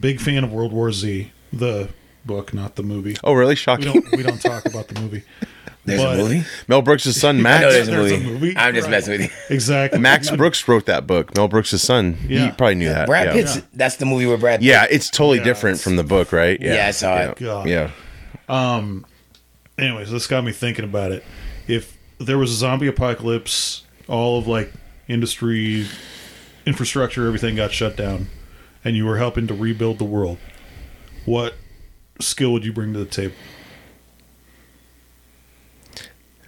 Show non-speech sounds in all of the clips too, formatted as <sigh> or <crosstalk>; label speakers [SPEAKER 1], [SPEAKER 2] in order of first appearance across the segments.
[SPEAKER 1] Big fan of World War Z, the book, not the movie.
[SPEAKER 2] Oh, really?
[SPEAKER 1] We
[SPEAKER 2] Shocking.
[SPEAKER 1] don't we don't talk about the movie.
[SPEAKER 3] <laughs> There's
[SPEAKER 1] But-
[SPEAKER 3] a movie.
[SPEAKER 2] <laughs> Mel Brooks'
[SPEAKER 1] <laughs>
[SPEAKER 2] son,
[SPEAKER 3] No,
[SPEAKER 2] Max.
[SPEAKER 3] there's a
[SPEAKER 1] There's a
[SPEAKER 3] movie.
[SPEAKER 1] movie?
[SPEAKER 3] I'm just
[SPEAKER 1] Right.
[SPEAKER 3] messing with you.
[SPEAKER 1] Exactly. <laughs>
[SPEAKER 2] Max Brooks wrote that book. Mel Brooks' son.
[SPEAKER 1] Yeah.
[SPEAKER 2] You probably knew that.
[SPEAKER 3] Brad
[SPEAKER 2] Uh, yeah.
[SPEAKER 3] Pitt's. That's the movie with Brad. Pitt.
[SPEAKER 2] Yeah, it's totally
[SPEAKER 1] Yeah,
[SPEAKER 2] different
[SPEAKER 1] it's-
[SPEAKER 2] from the book, right?
[SPEAKER 3] Yeah, I saw it.
[SPEAKER 2] Yeah.
[SPEAKER 1] God.
[SPEAKER 2] yeah.
[SPEAKER 1] Anyways, this got me thinking about it. If there was a zombie apocalypse, all of like industry, infrastructure, everything got shut down, and you were helping to rebuild the world, what skill would you bring to the table?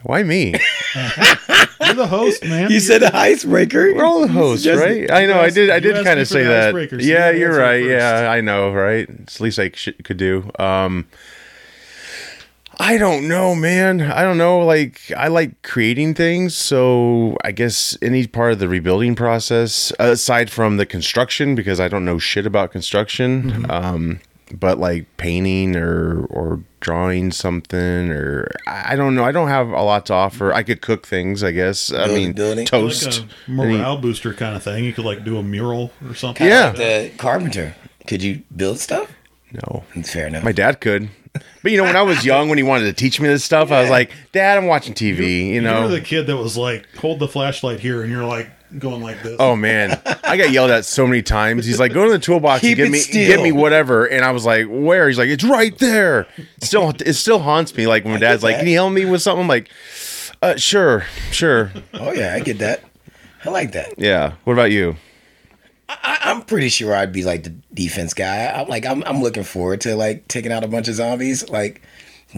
[SPEAKER 2] Why me?
[SPEAKER 1] You're the host, man.
[SPEAKER 3] <laughs> You said the icebreaker.
[SPEAKER 2] We're all the hosts, right?
[SPEAKER 3] Suggested-
[SPEAKER 2] I know. I did. I
[SPEAKER 1] You
[SPEAKER 2] did
[SPEAKER 1] asked
[SPEAKER 2] kind
[SPEAKER 1] me
[SPEAKER 2] of
[SPEAKER 1] for
[SPEAKER 2] say
[SPEAKER 1] the
[SPEAKER 2] that.
[SPEAKER 1] icebreaker, so you
[SPEAKER 2] yeah,
[SPEAKER 1] gotta
[SPEAKER 2] you're
[SPEAKER 1] answer
[SPEAKER 2] right.
[SPEAKER 1] first.
[SPEAKER 2] Yeah, I know. Right? It's the least I sh- could do. Um, I don't know, man. I don't know. Like, I like creating things, so I guess any part of the rebuilding process, aside from the construction, because I don't know shit about construction.
[SPEAKER 1] Mm-hmm.
[SPEAKER 2] Um, but like painting or or drawing something, or I I don't know. I don't have a lot to offer. I could cook things, I guess. I
[SPEAKER 3] Build-
[SPEAKER 2] mean,
[SPEAKER 3] building?
[SPEAKER 1] like
[SPEAKER 2] toast.
[SPEAKER 1] a morale booster kind of thing. You could like do a mural or something.
[SPEAKER 2] Yeah.
[SPEAKER 1] like that.
[SPEAKER 3] The carpenter. Could you build stuff?
[SPEAKER 2] No.
[SPEAKER 3] Fair enough.
[SPEAKER 2] My dad could. But you know, when I was young, when he wanted to teach me this stuff, I was like, Dad, I'm watching TV. You,
[SPEAKER 1] You
[SPEAKER 2] know,
[SPEAKER 1] were the kid that was like, hold the flashlight here, and you're like going like this.
[SPEAKER 2] oh man, I got yelled at so many times. He's like, Go to the toolbox and
[SPEAKER 3] Keep
[SPEAKER 2] get
[SPEAKER 3] it
[SPEAKER 2] me,
[SPEAKER 3] still."
[SPEAKER 2] get me whatever. And I was like, Where? He's like, It's right there. Still, it still haunts me. Like when my dad's like,
[SPEAKER 3] that.
[SPEAKER 2] Can you help me with something? I'm like, uh, Sure, sure.
[SPEAKER 3] oh yeah, I get that. I like that.
[SPEAKER 2] Yeah. What about you?
[SPEAKER 3] I, I'm pretty sure I'd be like the defense guy. I'm like I'm I'm looking forward to like taking out a bunch of zombies, like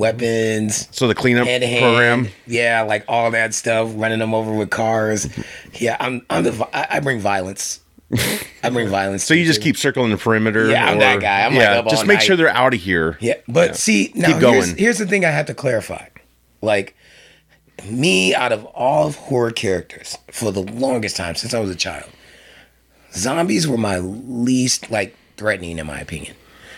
[SPEAKER 3] weapons,
[SPEAKER 2] So the cleanup
[SPEAKER 3] hand to hand.
[SPEAKER 2] program.
[SPEAKER 3] Yeah, like all that stuff, running them over with cars. Yeah, I'm I'm the vi- I, I bring violence. I bring violence.
[SPEAKER 2] <laughs> So you just keep circling the perimeter.
[SPEAKER 3] Yeah, I'm that guy. I'm, like, up all
[SPEAKER 2] just make
[SPEAKER 3] night.
[SPEAKER 2] sure they're out of here.
[SPEAKER 3] Yeah, but see now
[SPEAKER 2] Keep
[SPEAKER 3] here's,
[SPEAKER 2] going.
[SPEAKER 3] here's the thing I have to clarify. Like me, out of all of horror characters, for the longest time since I was a child, zombies were my least like threatening in my opinion.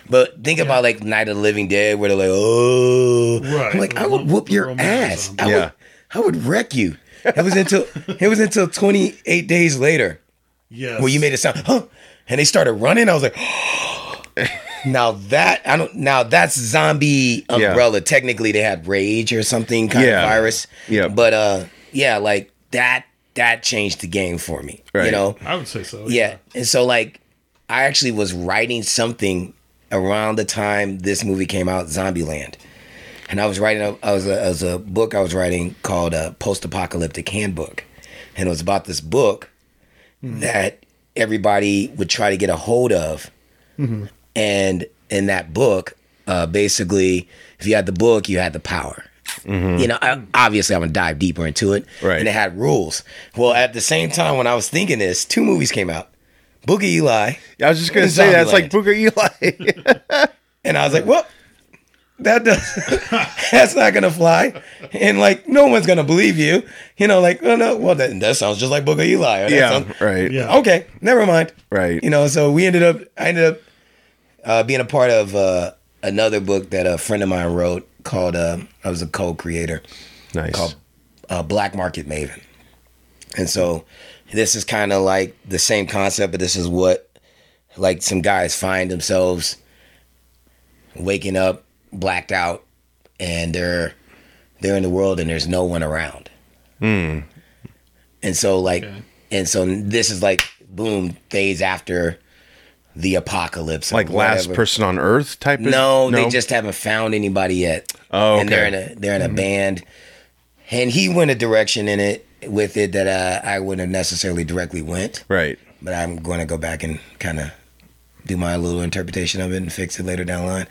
[SPEAKER 3] But think about like Night of the Living Dead, where they're like, oh,
[SPEAKER 1] Right,
[SPEAKER 3] I'm like
[SPEAKER 1] the
[SPEAKER 3] I would
[SPEAKER 1] rom-
[SPEAKER 3] whoop
[SPEAKER 1] the
[SPEAKER 3] your
[SPEAKER 1] romantic
[SPEAKER 3] ass.
[SPEAKER 1] zombie.
[SPEAKER 3] I
[SPEAKER 2] Yeah.
[SPEAKER 3] would, I would wreck you. It was until it was until 28 days later
[SPEAKER 1] yes.
[SPEAKER 3] well, you made it sound, huh? And they started running. I was like, <gasps> now that I don't. Now that's zombie
[SPEAKER 2] Yeah.
[SPEAKER 3] umbrella. Technically, they had rage or something kind
[SPEAKER 2] Yeah.
[SPEAKER 3] of virus.
[SPEAKER 2] Yeah.
[SPEAKER 3] But uh, yeah, like that. That changed the game for me.
[SPEAKER 2] Right.
[SPEAKER 3] You know.
[SPEAKER 1] I would say so.
[SPEAKER 3] Yeah. And so like, I actually was writing something around the time this movie came out, Zombieland. And I was writing, a, I was a, I was a book I was writing called uh, Post Apocalyptic Handbook. And it was about this book that everybody would try to get a hold of.
[SPEAKER 2] Mm-hmm.
[SPEAKER 3] And in that book, uh, basically, if you had the book, you had the power. You know, I, obviously, I'm gonna dive deeper into it.
[SPEAKER 2] Mm-hmm. Right.
[SPEAKER 3] And it had rules. Well, at the same time, when I was thinking this, two movies came out Boogie Eli.
[SPEAKER 2] I was just gonna
[SPEAKER 3] In
[SPEAKER 2] say that's like
[SPEAKER 3] Zombieland.
[SPEAKER 2] Booker Eli. <laughs>
[SPEAKER 3] And I was like, well, that does, <laughs> that's not gonna fly, and like no one's gonna believe you, you know. Like, oh no, well that, that sounds just like Booker Eli. or that
[SPEAKER 2] yeah,
[SPEAKER 3] sounds-
[SPEAKER 2] right.
[SPEAKER 1] Yeah.
[SPEAKER 3] Okay, never mind.
[SPEAKER 2] Right.
[SPEAKER 3] You know, so we ended up. I ended up uh, being a part of uh, another book that a friend of mine wrote called. Uh, I was a co-creator
[SPEAKER 2] Nice.
[SPEAKER 3] called uh, Black Market Maven. And so this is kind of like the same concept, but this is what like some guys find themselves waking up blacked out and they're they're in the world and there's no one around.
[SPEAKER 2] Hmm.
[SPEAKER 3] And so like
[SPEAKER 1] Okay.
[SPEAKER 3] and so this is like boom days after the apocalypse or
[SPEAKER 2] like last
[SPEAKER 3] whatever.
[SPEAKER 2] person on earth type of
[SPEAKER 3] No, they just haven't found anybody yet.
[SPEAKER 2] Oh,
[SPEAKER 3] and they're in
[SPEAKER 2] okay.
[SPEAKER 3] a they're in a band, and he went a direction in it with it that uh, I wouldn't have necessarily directly went,
[SPEAKER 2] right
[SPEAKER 3] but I'm going to go back and kind of do my little interpretation of it and fix it later down the line.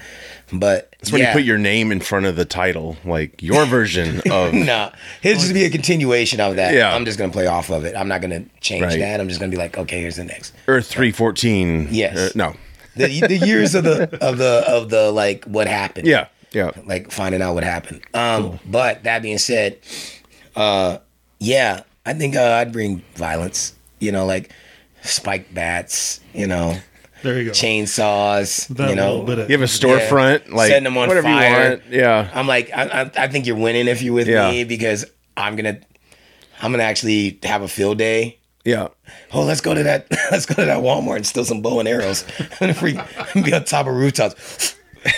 [SPEAKER 3] But
[SPEAKER 2] it's when
[SPEAKER 3] yeah.
[SPEAKER 2] you put your name in front of the title like your
[SPEAKER 3] <laughs>
[SPEAKER 2] version of
[SPEAKER 3] Nah, it'll just be a continuation of that.
[SPEAKER 2] Yeah.
[SPEAKER 3] I'm just gonna play off of it. I'm not gonna change
[SPEAKER 2] Right.
[SPEAKER 3] that. I'm just gonna be like, okay, here's the next.
[SPEAKER 2] earth 314
[SPEAKER 3] Yes.
[SPEAKER 2] Uh, no
[SPEAKER 3] The, the years of the of the of the like what happened.
[SPEAKER 2] yeah yeah
[SPEAKER 3] like finding out what happened. Um, But that being said, uh, yeah, I think uh, I'd bring violence. You know, like spike bats. You
[SPEAKER 1] <laughs>
[SPEAKER 3] know,
[SPEAKER 1] There you go.
[SPEAKER 3] chainsaws.
[SPEAKER 1] That
[SPEAKER 3] you know,
[SPEAKER 1] little bit of,
[SPEAKER 2] you have a storefront like
[SPEAKER 3] Setting 'em on
[SPEAKER 2] whatever you
[SPEAKER 3] fire.
[SPEAKER 2] want yeah
[SPEAKER 3] I'm like, I, I, I think you're winning if you're with
[SPEAKER 2] Yeah.
[SPEAKER 3] me because I'm gonna, I'm gonna actually have a field day
[SPEAKER 2] Yeah.
[SPEAKER 3] Oh, let's go to that. <laughs> Let's go to that Walmart and steal some bow and arrows. <laughs> and freak, be on top of rooftops. <laughs>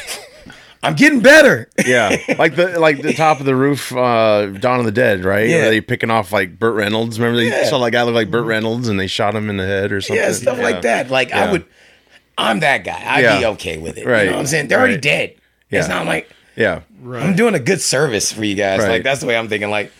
[SPEAKER 3] I'm getting better. <laughs>
[SPEAKER 2] Yeah. like the like the top of the roof, uh Dawn of the Dead, right?
[SPEAKER 3] Yeah.
[SPEAKER 2] Where they picking off like Burt Reynolds. Remember they
[SPEAKER 3] Yeah.
[SPEAKER 2] saw that guy look like Burt Reynolds and they shot him in the head or something.
[SPEAKER 3] Yeah, stuff like that. Like
[SPEAKER 2] Yeah.
[SPEAKER 3] I would, I'm that guy. I'd be
[SPEAKER 2] Yeah.
[SPEAKER 3] okay with it. You
[SPEAKER 2] Right.
[SPEAKER 3] know what I'm saying? They're already
[SPEAKER 2] Right.
[SPEAKER 3] dead. It's
[SPEAKER 2] Yeah.
[SPEAKER 3] not like
[SPEAKER 2] Yeah.
[SPEAKER 1] Right.
[SPEAKER 3] I'm doing a good service for you guys. Like
[SPEAKER 2] Right.
[SPEAKER 3] that's the way I'm thinking. Like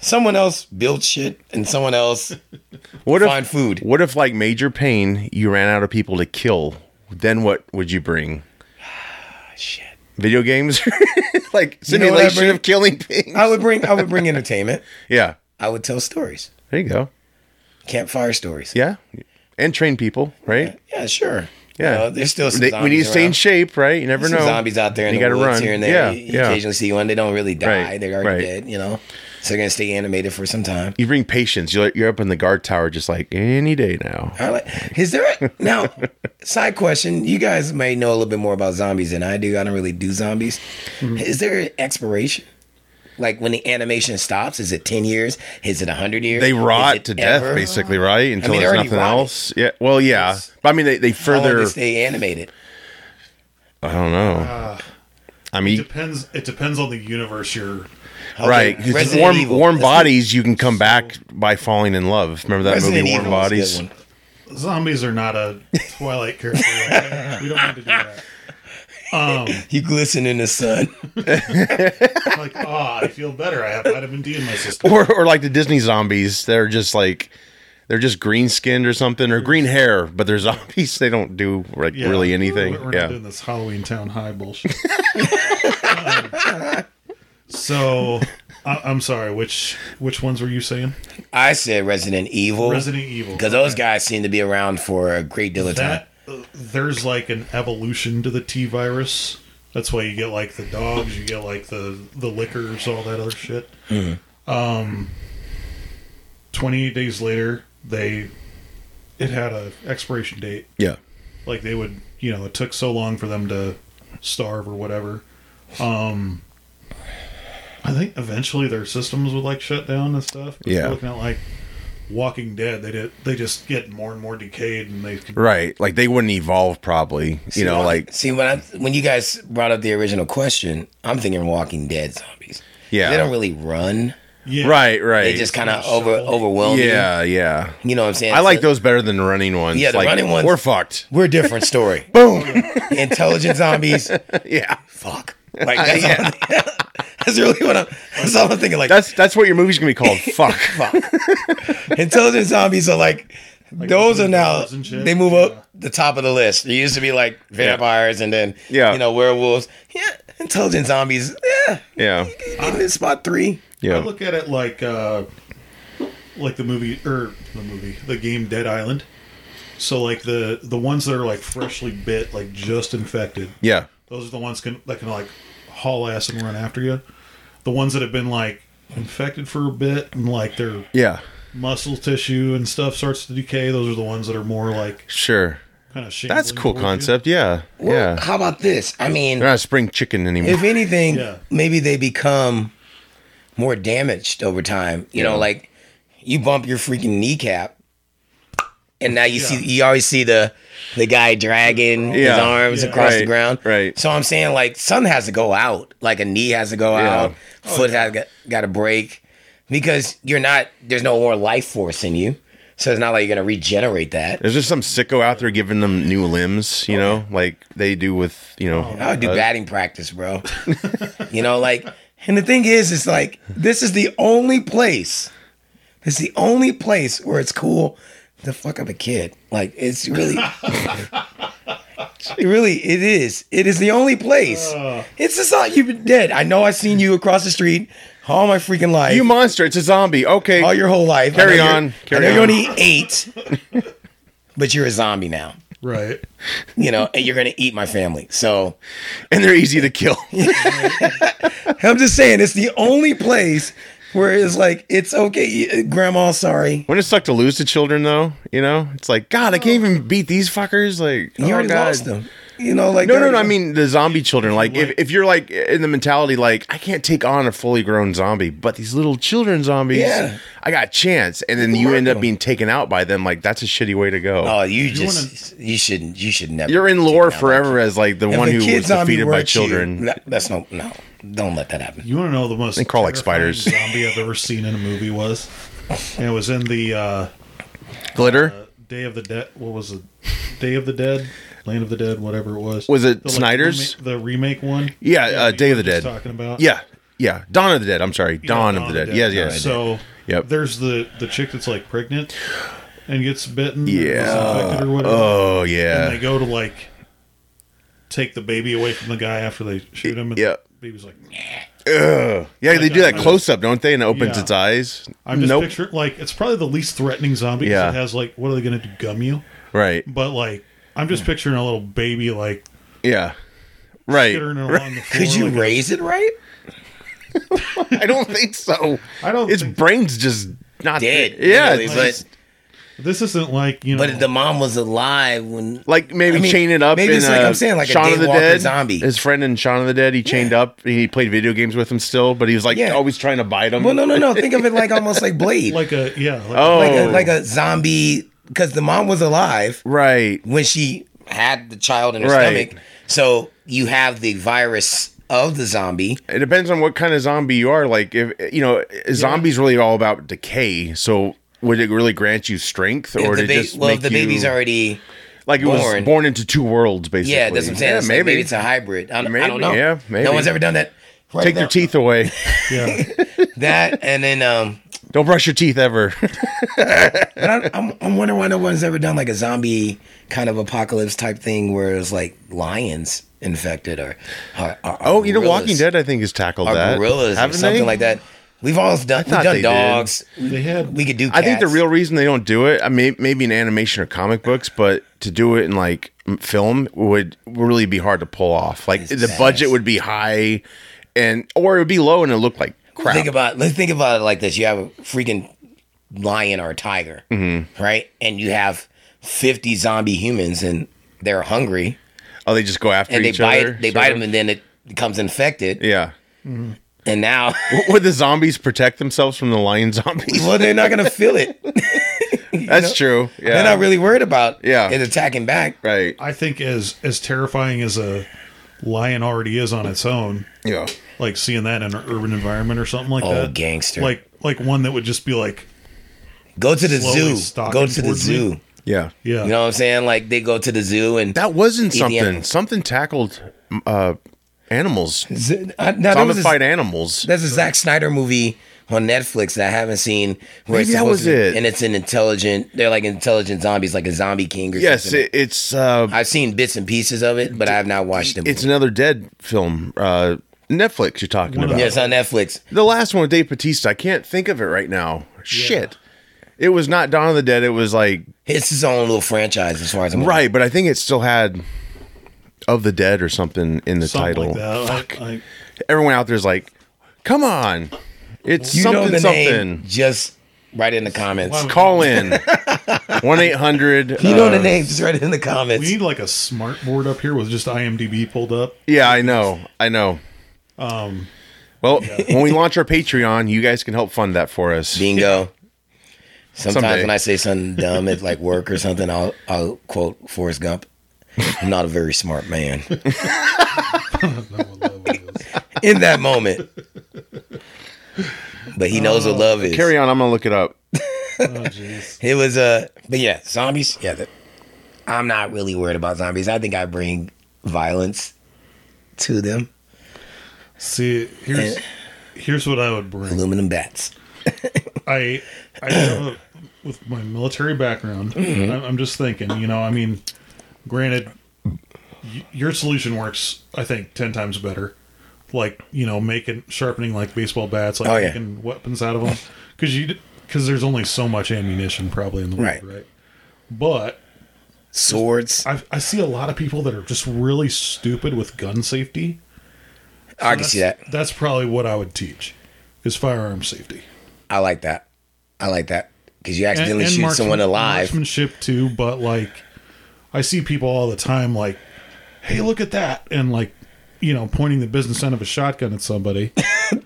[SPEAKER 3] someone else built shit and someone else
[SPEAKER 2] <laughs> What
[SPEAKER 3] find
[SPEAKER 2] if
[SPEAKER 3] food.
[SPEAKER 2] <laughs> what if like Major Payne you ran out of people to kill? Then what would you bring?
[SPEAKER 3] Ah, shit.
[SPEAKER 2] Video games? <laughs> like
[SPEAKER 3] know what I
[SPEAKER 2] simulation
[SPEAKER 3] bring?
[SPEAKER 2] of killing things?
[SPEAKER 3] I would bring I would bring entertainment.
[SPEAKER 2] yeah.
[SPEAKER 3] I would tell stories.
[SPEAKER 2] There you go.
[SPEAKER 3] Campfire stories.
[SPEAKER 2] Yeah. And train people, right?
[SPEAKER 3] Yeah, sure.
[SPEAKER 2] Yeah.
[SPEAKER 3] You know, there's still some
[SPEAKER 2] They-
[SPEAKER 3] zombies
[SPEAKER 2] we need to stay in
[SPEAKER 3] around.
[SPEAKER 2] shape, right? You never
[SPEAKER 3] Some
[SPEAKER 2] know.
[SPEAKER 3] zombies out there in
[SPEAKER 2] You
[SPEAKER 3] the
[SPEAKER 2] gotta
[SPEAKER 3] woods
[SPEAKER 2] run.
[SPEAKER 3] here and there.
[SPEAKER 2] Yeah,
[SPEAKER 3] you
[SPEAKER 2] yeah.
[SPEAKER 3] occasionally see one. They don't really die.
[SPEAKER 2] Right,
[SPEAKER 3] They're already
[SPEAKER 2] right.
[SPEAKER 3] dead, you know. So they're gonna stay animated for some time.
[SPEAKER 2] you bring patience. You're you're up in the guard tower, just like any day now.
[SPEAKER 3] I like, is there a, now? side question: You guys may know a little bit more about zombies than I do. I don't really do zombies.
[SPEAKER 2] Mm-hmm.
[SPEAKER 3] Is there an expiration? Like when the animation stops, is it ten years? Is it hundred years?
[SPEAKER 2] They
[SPEAKER 3] Is
[SPEAKER 2] rot
[SPEAKER 3] it
[SPEAKER 2] to death,
[SPEAKER 3] ever?
[SPEAKER 2] basically, right? Until
[SPEAKER 3] mean, they're
[SPEAKER 2] there's
[SPEAKER 3] already
[SPEAKER 2] nothing
[SPEAKER 3] rotting.
[SPEAKER 2] else. Yeah. Well, yeah. But I mean, they, they
[SPEAKER 3] How long
[SPEAKER 2] further.
[SPEAKER 3] they stay animated?
[SPEAKER 2] I don't know. I mean,
[SPEAKER 1] Depends. It depends on the universe you're.
[SPEAKER 3] Okay,
[SPEAKER 2] right? 'cause
[SPEAKER 3] Resident
[SPEAKER 2] warm
[SPEAKER 3] Evil.
[SPEAKER 2] warm
[SPEAKER 3] Let's go-
[SPEAKER 2] bodies. You can come back by falling in love. Remember that
[SPEAKER 3] Resident
[SPEAKER 2] movie,
[SPEAKER 3] Evil
[SPEAKER 2] Warm
[SPEAKER 3] is a good
[SPEAKER 2] Bodies?
[SPEAKER 3] one.
[SPEAKER 1] Zombies are not a Twilight
[SPEAKER 2] <laughs>
[SPEAKER 1] character. okay? We don't need to do that.
[SPEAKER 3] You glisten in the sun. <laughs>
[SPEAKER 1] Like, ah, I feel better. I have vitamin D in my system.
[SPEAKER 2] Or or like the Disney zombies. They're just like. They're just green skinned or something, or green hair, but they're <laughs> zombies. They don't do like
[SPEAKER 1] Yeah.
[SPEAKER 2] really anything.
[SPEAKER 1] We're, we're
[SPEAKER 2] yeah,
[SPEAKER 1] not doing this Halloween Town High
[SPEAKER 2] <laughs>
[SPEAKER 1] bullshit. Um, so, I, I'm sorry. Which which ones were you saying?
[SPEAKER 3] I said Resident Evil.
[SPEAKER 1] Resident Evil.
[SPEAKER 3] because those guys seem to be around for a great deal of time.
[SPEAKER 1] that uh, there's like an evolution to the T virus. That's why you get like the dogs, you get like the the liquors, all that other shit. Um,
[SPEAKER 2] Mm-hmm.
[SPEAKER 1] twenty eight days later, they it had a expiration date.
[SPEAKER 2] yeah.
[SPEAKER 1] Like they would, you know, it took so long for them to starve or whatever. Um, I think eventually their systems would like shut down and stuff. But
[SPEAKER 2] Yeah.
[SPEAKER 1] looking at like Walking Dead, they did they just get more and more decayed and they could
[SPEAKER 2] Right. Like they wouldn't evolve probably. You know, like
[SPEAKER 3] See when I when you guys brought up the original question, I'm thinking Walking Dead zombies.
[SPEAKER 2] Yeah.
[SPEAKER 3] they don't really run.
[SPEAKER 1] Yeah.
[SPEAKER 2] right, right.
[SPEAKER 3] They just kind of over
[SPEAKER 1] shuffle.
[SPEAKER 3] overwhelm
[SPEAKER 2] Yeah, yeah.
[SPEAKER 3] you. You know what I'm saying?
[SPEAKER 2] I like
[SPEAKER 3] So
[SPEAKER 2] those better than the running ones.
[SPEAKER 3] Yeah, the
[SPEAKER 2] Like,
[SPEAKER 3] running ones-
[SPEAKER 2] We're <laughs> fucked.
[SPEAKER 3] We're a different story. <laughs> Boom, intelligent zombies.
[SPEAKER 2] <laughs> Yeah.
[SPEAKER 3] Fuck. Like that's, all- <laughs> that's really what I'm. That's all I'm thinking. Like
[SPEAKER 2] That's that's what your movie's gonna be <laughs> called. Fuck.
[SPEAKER 3] fuck. intelligent zombies are like. those
[SPEAKER 1] the
[SPEAKER 3] are now
[SPEAKER 1] vampires and shit?
[SPEAKER 3] they move
[SPEAKER 1] Yeah.
[SPEAKER 3] up the top of the list. They used to be like vampires and then
[SPEAKER 2] Yeah.
[SPEAKER 3] you know werewolves. Yeah, intelligent zombies. Yeah,
[SPEAKER 2] Yeah.
[SPEAKER 3] even in spot three.
[SPEAKER 1] I
[SPEAKER 2] Yeah.
[SPEAKER 1] look at it like uh like the movie or the movie, the game Dead Island. So like the the ones that are like freshly bit, like just infected.
[SPEAKER 2] Yeah.
[SPEAKER 1] Those are the ones can that can like haul ass and run after you. The ones that have been like infected for a bit and like their
[SPEAKER 2] Yeah.
[SPEAKER 1] muscle tissue and stuff starts to decay. Those are the ones that are more like
[SPEAKER 2] Sure.
[SPEAKER 1] kind of
[SPEAKER 2] That's a cool concept. Yeah.
[SPEAKER 3] Well,
[SPEAKER 2] Yeah.
[SPEAKER 3] How about this? I mean,
[SPEAKER 2] They're not spring chicken anymore.
[SPEAKER 3] if anything,
[SPEAKER 1] Yeah.
[SPEAKER 3] maybe they become more damaged over time. You know, like you bump your freaking kneecap, and now you see you always see the the guy dragging his
[SPEAKER 2] Yeah.
[SPEAKER 3] arms
[SPEAKER 1] Yeah.
[SPEAKER 3] across the
[SPEAKER 2] Right.
[SPEAKER 3] ground.
[SPEAKER 2] Right.
[SPEAKER 3] So I'm saying like something has to go out. Like a knee has to go
[SPEAKER 2] Yeah.
[SPEAKER 3] out. Foot has got, got to break because you're not. There's no more life force in you. So it's not like you're gonna regenerate that.
[SPEAKER 2] There's just some sicko out there giving them new limbs, you know, like they do with, you know.
[SPEAKER 3] I would Oh, do
[SPEAKER 2] uh,
[SPEAKER 3] batting practice, bro. <laughs> you know, like, and the thing is, it's like this is the only place. It's the only place where it's cool to fuck up a kid. Like, it's really, <laughs> it really, it is. It is the only place. It's just not you've been dead. I know I've seen you across the street all my freaking life,
[SPEAKER 2] You monster, it's a zombie. Okay.
[SPEAKER 3] all your whole life. I
[SPEAKER 2] Carry
[SPEAKER 3] know you're-
[SPEAKER 2] on, carry
[SPEAKER 3] I know
[SPEAKER 2] on.
[SPEAKER 3] you're only eight, but you're a zombie now.
[SPEAKER 1] Right.
[SPEAKER 3] You know, and you're gonna eat my family. So.
[SPEAKER 2] and they're easy to
[SPEAKER 3] <laughs>
[SPEAKER 2] kill.
[SPEAKER 3] I'm just saying, it's the only place where it's like, it's okay, uh, grandma, sorry.
[SPEAKER 2] Wouldn't it suck to lose the children though? You know, it's like God, I can't even beat these fuckers. Like
[SPEAKER 3] You
[SPEAKER 2] oh,
[SPEAKER 3] already
[SPEAKER 2] God.
[SPEAKER 3] lost them. You know, like
[SPEAKER 2] No, no,
[SPEAKER 3] they're-
[SPEAKER 2] no. I mean the zombie children. Like if, if you're like in the mentality, like I can't take on a fully grown zombie, but these little children zombies,
[SPEAKER 3] Yeah.
[SPEAKER 2] I got a chance. And then you
[SPEAKER 3] Mark
[SPEAKER 2] end up
[SPEAKER 3] them.
[SPEAKER 2] being taken out by them. Like that's a shitty way to go.
[SPEAKER 3] Oh, you,
[SPEAKER 1] wanna-
[SPEAKER 3] just you shouldn't. You should never.
[SPEAKER 2] you're in
[SPEAKER 3] take
[SPEAKER 2] lore
[SPEAKER 3] it out
[SPEAKER 2] forever
[SPEAKER 3] like
[SPEAKER 2] as like the
[SPEAKER 3] that. If
[SPEAKER 2] one
[SPEAKER 3] a
[SPEAKER 2] who
[SPEAKER 3] kid
[SPEAKER 2] was
[SPEAKER 3] zombie
[SPEAKER 2] defeated by
[SPEAKER 3] works you-
[SPEAKER 2] children.
[SPEAKER 3] no, that's no, no. Don't let that happen.
[SPEAKER 1] You want to know the most
[SPEAKER 2] They crawl like
[SPEAKER 1] terrifying
[SPEAKER 2] spiders.
[SPEAKER 1] zombie I've ever seen in a movie was? And it was in the uh,
[SPEAKER 2] Glitter
[SPEAKER 1] Day of the Dead. What was it? Day of the Dead, Land of the Dead, whatever it was.
[SPEAKER 2] Was it
[SPEAKER 1] The, like,
[SPEAKER 2] Snyder's?
[SPEAKER 1] remake- the remake one?
[SPEAKER 2] Yeah, uh,
[SPEAKER 1] you
[SPEAKER 2] Day of
[SPEAKER 1] were
[SPEAKER 2] the
[SPEAKER 1] just
[SPEAKER 2] Dead.
[SPEAKER 1] Talking about
[SPEAKER 2] yeah, yeah. Dawn of the Dead. I'm sorry, Dawn, of the Dead. Yes, yes.
[SPEAKER 1] So
[SPEAKER 2] Yep.
[SPEAKER 1] there's the the chick that's like pregnant and gets bitten.
[SPEAKER 2] Yeah.
[SPEAKER 1] Or is infected or whatever.
[SPEAKER 2] oh yeah.
[SPEAKER 1] and they go to like take the baby away from the guy after they shoot him. And
[SPEAKER 2] Yeah.
[SPEAKER 1] The baby's like,
[SPEAKER 2] Ugh. <sighs> Yeah, they do that
[SPEAKER 1] I-
[SPEAKER 2] close up, don't they? And it opens
[SPEAKER 1] Yeah.
[SPEAKER 2] its eyes.
[SPEAKER 1] I'm just
[SPEAKER 2] nope.
[SPEAKER 1] picturing like it's probably the least threatening zombie. 'cause
[SPEAKER 2] Yeah.
[SPEAKER 1] It has like, what are they gonna do? Gum you?
[SPEAKER 2] Right.
[SPEAKER 1] But like, I'm just picturing a little baby like <laughs>
[SPEAKER 2] Yeah. Right.
[SPEAKER 1] skittering along the floor.
[SPEAKER 3] Could you
[SPEAKER 1] like,
[SPEAKER 3] raise it right?
[SPEAKER 2] <laughs> I don't think so.
[SPEAKER 1] I don't
[SPEAKER 2] Its
[SPEAKER 1] think-
[SPEAKER 2] brain's just not
[SPEAKER 3] Dead.
[SPEAKER 2] Yeah,
[SPEAKER 3] really,
[SPEAKER 2] it's
[SPEAKER 3] but
[SPEAKER 2] just-
[SPEAKER 1] this isn't like you know.
[SPEAKER 3] but if the mom was alive when.
[SPEAKER 2] like maybe
[SPEAKER 3] I mean,
[SPEAKER 2] chain it up.
[SPEAKER 3] maybe
[SPEAKER 2] in,
[SPEAKER 3] it's like
[SPEAKER 2] uh,
[SPEAKER 3] I'm saying, like a
[SPEAKER 2] Shaun of the
[SPEAKER 3] Daywalker
[SPEAKER 2] Dead
[SPEAKER 3] zombie.
[SPEAKER 2] His friend in Shaun of the Dead, he chained up. He played video games with him still, but he was like
[SPEAKER 3] Yeah.
[SPEAKER 2] always trying to bite him.
[SPEAKER 3] Well, no, no, no. Think of it like almost
[SPEAKER 2] <laughs>
[SPEAKER 3] like Blade, like,
[SPEAKER 1] like a yeah. Like,
[SPEAKER 2] Oh,
[SPEAKER 3] a, like a zombie, because the mom was alive
[SPEAKER 2] right.
[SPEAKER 3] when she had the child in her
[SPEAKER 2] Right.
[SPEAKER 3] stomach. So you have the virus of the zombie.
[SPEAKER 2] It depends on what kind of zombie you are. Like if you know, zombies really all about decay. So would it really grant you strength, or
[SPEAKER 3] If the
[SPEAKER 2] did it
[SPEAKER 3] ba-
[SPEAKER 2] just
[SPEAKER 3] well,
[SPEAKER 2] make
[SPEAKER 3] if the
[SPEAKER 2] you
[SPEAKER 3] baby's already.
[SPEAKER 2] like it was
[SPEAKER 3] born-
[SPEAKER 2] born into two worlds basically?
[SPEAKER 3] Yeah, that's what I'm saying.
[SPEAKER 2] Yeah,
[SPEAKER 3] It's like,
[SPEAKER 2] maybe.
[SPEAKER 3] maybe. it's a hybrid. I, don't- I
[SPEAKER 2] Maybe,
[SPEAKER 3] don't know.
[SPEAKER 2] yeah, maybe.
[SPEAKER 3] No one's ever done that. Right
[SPEAKER 2] Take your
[SPEAKER 3] now.
[SPEAKER 2] teeth away. <laughs>
[SPEAKER 3] <laughs>
[SPEAKER 1] yeah.
[SPEAKER 3] That and then um,
[SPEAKER 2] Don't brush your teeth
[SPEAKER 3] <laughs>
[SPEAKER 2] ever.
[SPEAKER 3] but I, I'm I'm wondering why no one's ever done like a zombie kind of apocalypse type thing where it's like lions infected or, or, or
[SPEAKER 2] Oh, you know,
[SPEAKER 3] gorillas-
[SPEAKER 2] Walking Dead, I think, has tackled
[SPEAKER 3] or
[SPEAKER 2] that.
[SPEAKER 3] gorillas or
[SPEAKER 2] Haven't
[SPEAKER 3] something
[SPEAKER 2] they?
[SPEAKER 3] like that. We've all done. We've
[SPEAKER 2] thought
[SPEAKER 3] done
[SPEAKER 2] they did.
[SPEAKER 3] dogs.
[SPEAKER 1] They had
[SPEAKER 3] We could do.
[SPEAKER 2] I think the
[SPEAKER 3] cats.
[SPEAKER 2] real reason they don't do it, I mean, maybe in animation or comic books, but to do it in like m- film would really be hard to pull off. Like the
[SPEAKER 3] badass.
[SPEAKER 2] budget would be high, and or it would be low and it looked like crap.
[SPEAKER 3] Think about let's think about it like this. You have a freaking lion or a tiger,
[SPEAKER 2] Mm-hmm.
[SPEAKER 3] right? And you have fifty zombie humans, and they're hungry,
[SPEAKER 2] oh, they just go after
[SPEAKER 3] and they
[SPEAKER 2] each
[SPEAKER 3] bite.
[SPEAKER 2] other.
[SPEAKER 3] They
[SPEAKER 2] sort
[SPEAKER 3] bite
[SPEAKER 2] of?
[SPEAKER 3] them, and then it becomes infected.
[SPEAKER 2] Yeah.
[SPEAKER 3] And now, <laughs>
[SPEAKER 2] W- Would the zombies protect themselves from the lion <laughs> zombies?
[SPEAKER 3] well, they're not gonna feel
[SPEAKER 2] <laughs>
[SPEAKER 3] it.
[SPEAKER 2] That's true. Yeah.
[SPEAKER 3] They're not really worried about
[SPEAKER 2] Yeah.
[SPEAKER 3] it attacking back.
[SPEAKER 2] right.
[SPEAKER 1] I think as as terrifying as a lion already is on its own,
[SPEAKER 2] Yeah.
[SPEAKER 1] like seeing that in an urban environment or something like
[SPEAKER 3] Oh,
[SPEAKER 1] that.
[SPEAKER 3] gangster.
[SPEAKER 1] Like like one that would just be like,
[SPEAKER 3] Go to the
[SPEAKER 1] Slowly
[SPEAKER 3] zoo.
[SPEAKER 1] stalking
[SPEAKER 3] Go to the
[SPEAKER 1] towards me.
[SPEAKER 3] zoo.
[SPEAKER 2] Yeah.
[SPEAKER 1] yeah,
[SPEAKER 3] You know what I'm saying? Like they go to the zoo and
[SPEAKER 2] That wasn't
[SPEAKER 3] Eat the
[SPEAKER 2] something.
[SPEAKER 3] animals.
[SPEAKER 2] Something tackled uh, animals,
[SPEAKER 3] I, uh, now, there was this-
[SPEAKER 2] zombified animals.
[SPEAKER 3] There's a Zack Snyder movie on Netflix that I haven't seen. Where
[SPEAKER 2] Maybe
[SPEAKER 3] it's
[SPEAKER 2] that
[SPEAKER 3] supposed
[SPEAKER 2] was
[SPEAKER 3] to be-
[SPEAKER 2] it.
[SPEAKER 3] And it's an intelligent. They're like intelligent zombies, like a zombie king or
[SPEAKER 2] Yes,
[SPEAKER 3] something.
[SPEAKER 2] it, it's uh,
[SPEAKER 3] I've seen bits and pieces of it, but I have not watched it.
[SPEAKER 2] it's another dead film. Uh, Netflix, you're talking
[SPEAKER 1] One of
[SPEAKER 2] about
[SPEAKER 3] yeah, it's on Netflix.
[SPEAKER 2] the last one with Dave Batista. I can't think of it right now. Shit, it was not Dawn of the Dead. It was like
[SPEAKER 3] It's his own little franchise, as far as I'm aware.
[SPEAKER 2] right, but I think it still had of the Dead or something in the
[SPEAKER 1] something
[SPEAKER 2] title.
[SPEAKER 1] like that. I, I,
[SPEAKER 2] Everyone out there's like, come on, it's
[SPEAKER 3] You know
[SPEAKER 2] something
[SPEAKER 3] the
[SPEAKER 2] something.
[SPEAKER 3] name? Just write it in the comments.
[SPEAKER 1] Why would-
[SPEAKER 2] Call
[SPEAKER 3] <laughs>
[SPEAKER 2] in one eight hundred. uh,
[SPEAKER 3] you know the name? Just write it in the comments.
[SPEAKER 1] we need like a smart board up here with just IMDb pulled up.
[SPEAKER 2] Yeah, I know. I know.
[SPEAKER 1] Um,
[SPEAKER 2] Well, when we launch our Patreon, you guys can help fund that for us.
[SPEAKER 3] Bingo. Sometimes
[SPEAKER 2] Someday.
[SPEAKER 3] when I say something dumb at like work or something, I'll I'll quote Forrest Gump. I'm not a very smart man.
[SPEAKER 1] Oh,
[SPEAKER 3] In that moment. But he knows what love is.
[SPEAKER 2] Carry on. I'm gonna look it up.
[SPEAKER 1] oh jeez.
[SPEAKER 3] It was uh but yeah, zombies. Yeah, that, I'm not really worried about zombies. I think I bring violence to them.
[SPEAKER 1] See, here's here's what I would bring.
[SPEAKER 3] Aluminum bats.
[SPEAKER 1] I, I have a- with my military
[SPEAKER 3] <clears throat>
[SPEAKER 1] background,
[SPEAKER 3] Mm-hmm.
[SPEAKER 1] I'm, I'm just thinking, you know, I mean, granted, y- your solution works, I think, 10 times better. Like, you know, making, sharpening like baseball bats, like
[SPEAKER 3] Oh, yeah.
[SPEAKER 1] making weapons out of them. Cause you, cause there's only so much ammunition probably in the world,
[SPEAKER 3] Right.
[SPEAKER 1] right? But
[SPEAKER 3] Swords.
[SPEAKER 1] I, I see a lot of people that are just really stupid with gun safety.
[SPEAKER 3] I can see that.
[SPEAKER 1] That's probably what I would teach is firearm safety.
[SPEAKER 3] I like that. I like that. Because you
[SPEAKER 1] and,
[SPEAKER 3] accidentally
[SPEAKER 1] and
[SPEAKER 3] shoot someone
[SPEAKER 1] marksman-
[SPEAKER 3] alive.
[SPEAKER 1] Marksmanship too, but like I see people all the time like hey, look at that, and like, you know, pointing the business end of a shotgun at somebody.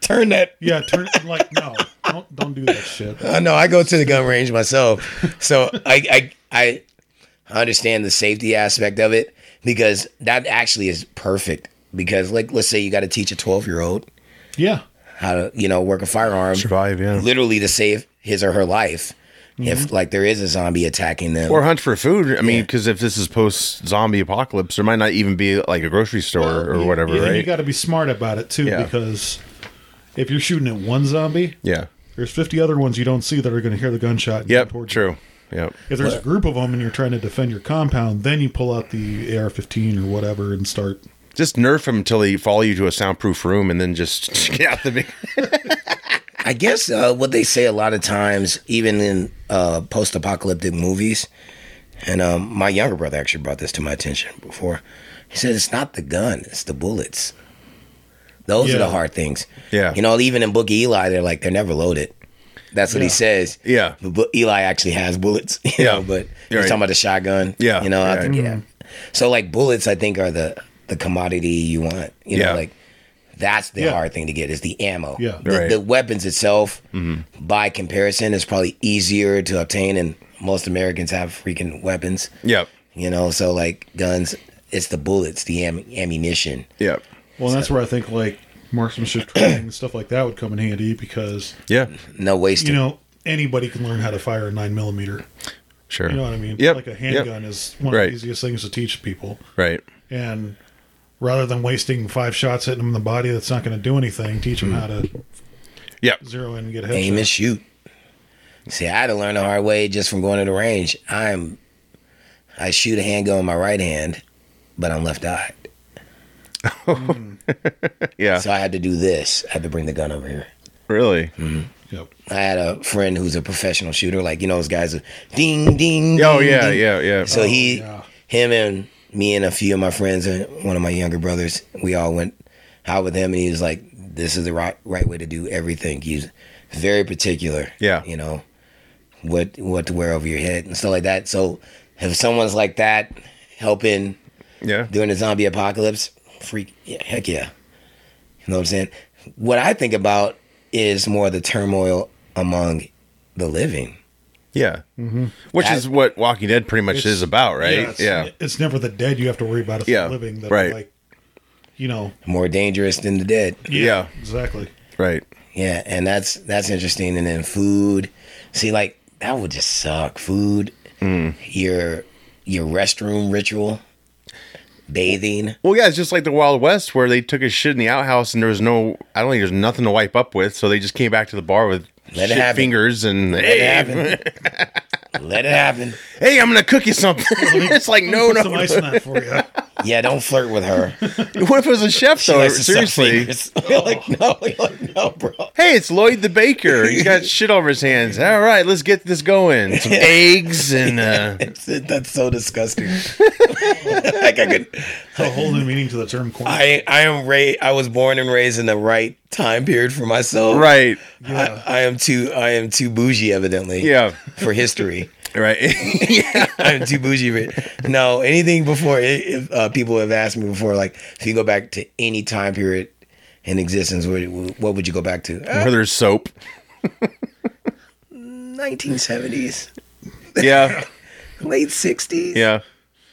[SPEAKER 3] Turn that
[SPEAKER 1] Yeah, turn <laughs> like no, don't don't do that shit.
[SPEAKER 3] I know I go to the gun range myself, so I I I understand the safety aspect of it because that actually is perfect. Because like let's say you got to teach a twelve year old
[SPEAKER 1] Yeah,
[SPEAKER 3] how to you know work a firearm,
[SPEAKER 2] Survive, yeah. Mm-hmm.
[SPEAKER 3] literally to save his or her life if like there is a zombie attacking them.
[SPEAKER 2] Or hunt for food. I mean, because if this is post zombie apocalypse, there might not even be like a grocery store or whatever,
[SPEAKER 1] Yeah,
[SPEAKER 2] right?
[SPEAKER 1] You got to be smart about it too,
[SPEAKER 2] Yeah.
[SPEAKER 1] because if you're shooting at one zombie,
[SPEAKER 2] yeah.
[SPEAKER 1] there's 50 other ones you don't see that are going to hear the gunshot. and come
[SPEAKER 2] Yep.
[SPEAKER 1] towards
[SPEAKER 2] True. Yep.
[SPEAKER 1] you. If there's a group of them and you're trying to defend your compound, then you pull out the AR-15 or whatever and start.
[SPEAKER 2] Just nerf him until he follow you to a soundproof room, and then just <laughs> get out the big.
[SPEAKER 3] I guess uh, what they say a lot of times, even in uh, post-apocalyptic movies, and um, my younger brother actually brought this to my attention before. He said it's not the gun; it's the bullets. Those are
[SPEAKER 1] Yeah.
[SPEAKER 3] the hard things.
[SPEAKER 2] Yeah.
[SPEAKER 3] you know, even in Book of Eli, they're like they're never loaded. That's what he
[SPEAKER 1] Yeah.
[SPEAKER 3] says.
[SPEAKER 2] Yeah.
[SPEAKER 3] but Bu- Eli actually has bullets. <laughs> You
[SPEAKER 2] Yeah.
[SPEAKER 3] know, but
[SPEAKER 2] You're right.
[SPEAKER 3] he's talking about the shotgun.
[SPEAKER 2] Yeah.
[SPEAKER 3] you know, I
[SPEAKER 2] Right.
[SPEAKER 3] think, yeah. So like bullets, I think are the the commodity you want. You
[SPEAKER 2] Yeah.
[SPEAKER 3] know, like that's the
[SPEAKER 1] Yeah.
[SPEAKER 3] hard thing to get is the ammo.
[SPEAKER 1] Yeah.
[SPEAKER 3] The,
[SPEAKER 2] Right. Mm-hmm.
[SPEAKER 3] the weapons itself, by comparison, is probably easier to obtain, and most Americans have freaking weapons.
[SPEAKER 2] Yep.
[SPEAKER 3] You know, so like guns, it's the bullets, the am- ammunition.
[SPEAKER 2] Yep.
[SPEAKER 1] Well, that's where I think like
[SPEAKER 2] <clears throat>
[SPEAKER 1] marksmanship training and stuff like that would come in handy because
[SPEAKER 2] Yeah.
[SPEAKER 3] No wasting.
[SPEAKER 1] you know anybody can learn how to fire a nine millimeter.
[SPEAKER 2] Sure.
[SPEAKER 1] You know what I mean?
[SPEAKER 2] Yep.
[SPEAKER 1] Like a
[SPEAKER 2] Yep.
[SPEAKER 1] handgun is one of
[SPEAKER 2] Right.
[SPEAKER 1] the easiest things to teach people.
[SPEAKER 2] Right.
[SPEAKER 1] And rather than wasting five shots hitting them in the body, that's not going to do anything. Teach
[SPEAKER 2] Hmm.
[SPEAKER 1] them how to
[SPEAKER 2] Yep.
[SPEAKER 1] zero in and get a
[SPEAKER 3] aim
[SPEAKER 1] headshot.
[SPEAKER 3] and shoot. See, I had to learn the hard way just from going to the range. I'm, I shoot a handgun with my right hand, but I'm left-eyed.
[SPEAKER 2] Yeah.
[SPEAKER 3] So I had to do this. I had to bring the gun over here.
[SPEAKER 2] really.
[SPEAKER 1] Yep.
[SPEAKER 3] I had a friend who's a professional shooter, like you know those guys, who, ding ding.
[SPEAKER 2] Oh
[SPEAKER 3] ding,
[SPEAKER 2] yeah.
[SPEAKER 3] ding.
[SPEAKER 2] Yeah. Yeah.
[SPEAKER 3] Mm-hmm. So he,
[SPEAKER 1] Oh, yeah.
[SPEAKER 3] him, and me and a few of my friends and one of my younger brothers, we all went out with him, and he was like, "This is the right right way to do everything." He's very particular.
[SPEAKER 2] Yeah.
[SPEAKER 3] you know what what to wear over your head and stuff like that. So if someone's like that helping
[SPEAKER 2] yeah.
[SPEAKER 3] during the zombie apocalypse, freak, yeah, heck yeah. You know what I'm saying? What I think about is more the turmoil among the living.
[SPEAKER 2] Yeah. Which
[SPEAKER 3] That-
[SPEAKER 2] is what Walking Dead pretty much
[SPEAKER 1] Mm-hmm. It's-
[SPEAKER 2] is about,
[SPEAKER 1] Yeah,
[SPEAKER 2] right?
[SPEAKER 1] it's,
[SPEAKER 2] Yeah.
[SPEAKER 1] it's never the dead you have to worry about. It's
[SPEAKER 2] Yeah,
[SPEAKER 1] the living that
[SPEAKER 2] right.
[SPEAKER 1] are like, you know,
[SPEAKER 3] more dangerous than the dead.
[SPEAKER 2] Yeah.
[SPEAKER 1] exactly.
[SPEAKER 2] Right.
[SPEAKER 3] Yeah, and that's that's interesting. And then food, see, like that would just suck. Food,
[SPEAKER 2] Hmm.
[SPEAKER 3] your your restroom ritual, bathing.
[SPEAKER 2] Well, yeah, it's just like the Wild West where they took a shit in the outhouse and there was no, I don't think there's nothing to wipe up with, so they just came back to the bar with
[SPEAKER 3] Let it
[SPEAKER 2] shit
[SPEAKER 3] happen.
[SPEAKER 2] fingers and
[SPEAKER 3] Let it
[SPEAKER 2] hey,
[SPEAKER 3] happen. <laughs> Let it happen.
[SPEAKER 2] hey, I'm gonna cook you something.
[SPEAKER 1] <laughs>
[SPEAKER 2] it's like no,
[SPEAKER 1] Put
[SPEAKER 2] no.
[SPEAKER 1] some ice in that for
[SPEAKER 2] <laughs>
[SPEAKER 1] you.
[SPEAKER 3] Yeah, don't flirt with her.
[SPEAKER 2] What if it was a chef
[SPEAKER 3] She
[SPEAKER 2] though?
[SPEAKER 3] likes to suck
[SPEAKER 2] Seriously.
[SPEAKER 3] fingers. <laughs> You're like no, you're like no, bro.
[SPEAKER 2] Hey, it's Lloyd the baker. He's got shit over his
[SPEAKER 3] <laughs>
[SPEAKER 2] hands. All right, let's get this going. Some eggs and uh,
[SPEAKER 3] It's, that's
[SPEAKER 2] <laughs>
[SPEAKER 3] so disgusting. like I could,
[SPEAKER 1] A whole new meaning to the term corn.
[SPEAKER 3] I I am ra- I was born and raised in the right time period for myself.
[SPEAKER 2] right,
[SPEAKER 1] Yeah.
[SPEAKER 3] I, I am too I am too bougie evidently.
[SPEAKER 2] yeah,
[SPEAKER 3] For history.
[SPEAKER 2] right,
[SPEAKER 3] <laughs>
[SPEAKER 2] yeah,
[SPEAKER 3] I'm too bougie for it. No, anything before if, uh, people have asked me before, like if you go back to any time period in existence, what, what would you go back to? Uh,
[SPEAKER 2] Where there's soap.
[SPEAKER 3] 1970s,
[SPEAKER 2] Yeah,
[SPEAKER 3] late 60s,
[SPEAKER 2] yeah,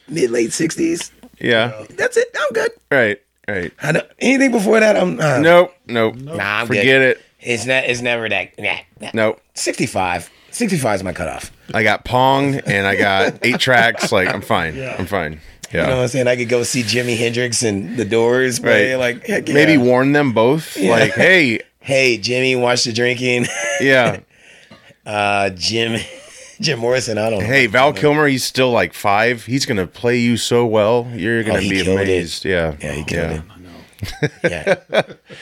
[SPEAKER 3] mid late 60s.
[SPEAKER 2] yeah.
[SPEAKER 3] That's it. I'm good.
[SPEAKER 2] Right, right.
[SPEAKER 3] I don't, anything before that, I'm uh,
[SPEAKER 2] Nope, nope.
[SPEAKER 3] Nah, I'm
[SPEAKER 2] Forget
[SPEAKER 3] good.
[SPEAKER 2] it.
[SPEAKER 3] It's not. It's never that. Nah, nah.
[SPEAKER 2] Nope.
[SPEAKER 3] 65. 65 is my cutoff.
[SPEAKER 2] I got Pong and I got
[SPEAKER 3] <laughs>
[SPEAKER 2] eight tracks. Like I'm fine. I'm fine. Yeah.
[SPEAKER 3] You know what I'm saying? I could go see Jimi Hendrix and The Doors play.
[SPEAKER 2] Oh. Right.
[SPEAKER 3] Like heck yeah.
[SPEAKER 2] Maybe warn them both. Like, hey,
[SPEAKER 3] Hey, Jimmy, watch the drinking. <laughs>
[SPEAKER 2] yeah.
[SPEAKER 3] Uh, Jim, <laughs> Jim Morrison. I don't. know.
[SPEAKER 2] Hey, Val Kilmer, he's still like five. He's gonna play you so well. You're gonna
[SPEAKER 3] Oh, he
[SPEAKER 2] be
[SPEAKER 3] killed
[SPEAKER 2] <laughs>
[SPEAKER 3] it.
[SPEAKER 2] amazed. Yeah.
[SPEAKER 3] Yeah, he killed
[SPEAKER 2] yeah.
[SPEAKER 3] it. Yeah.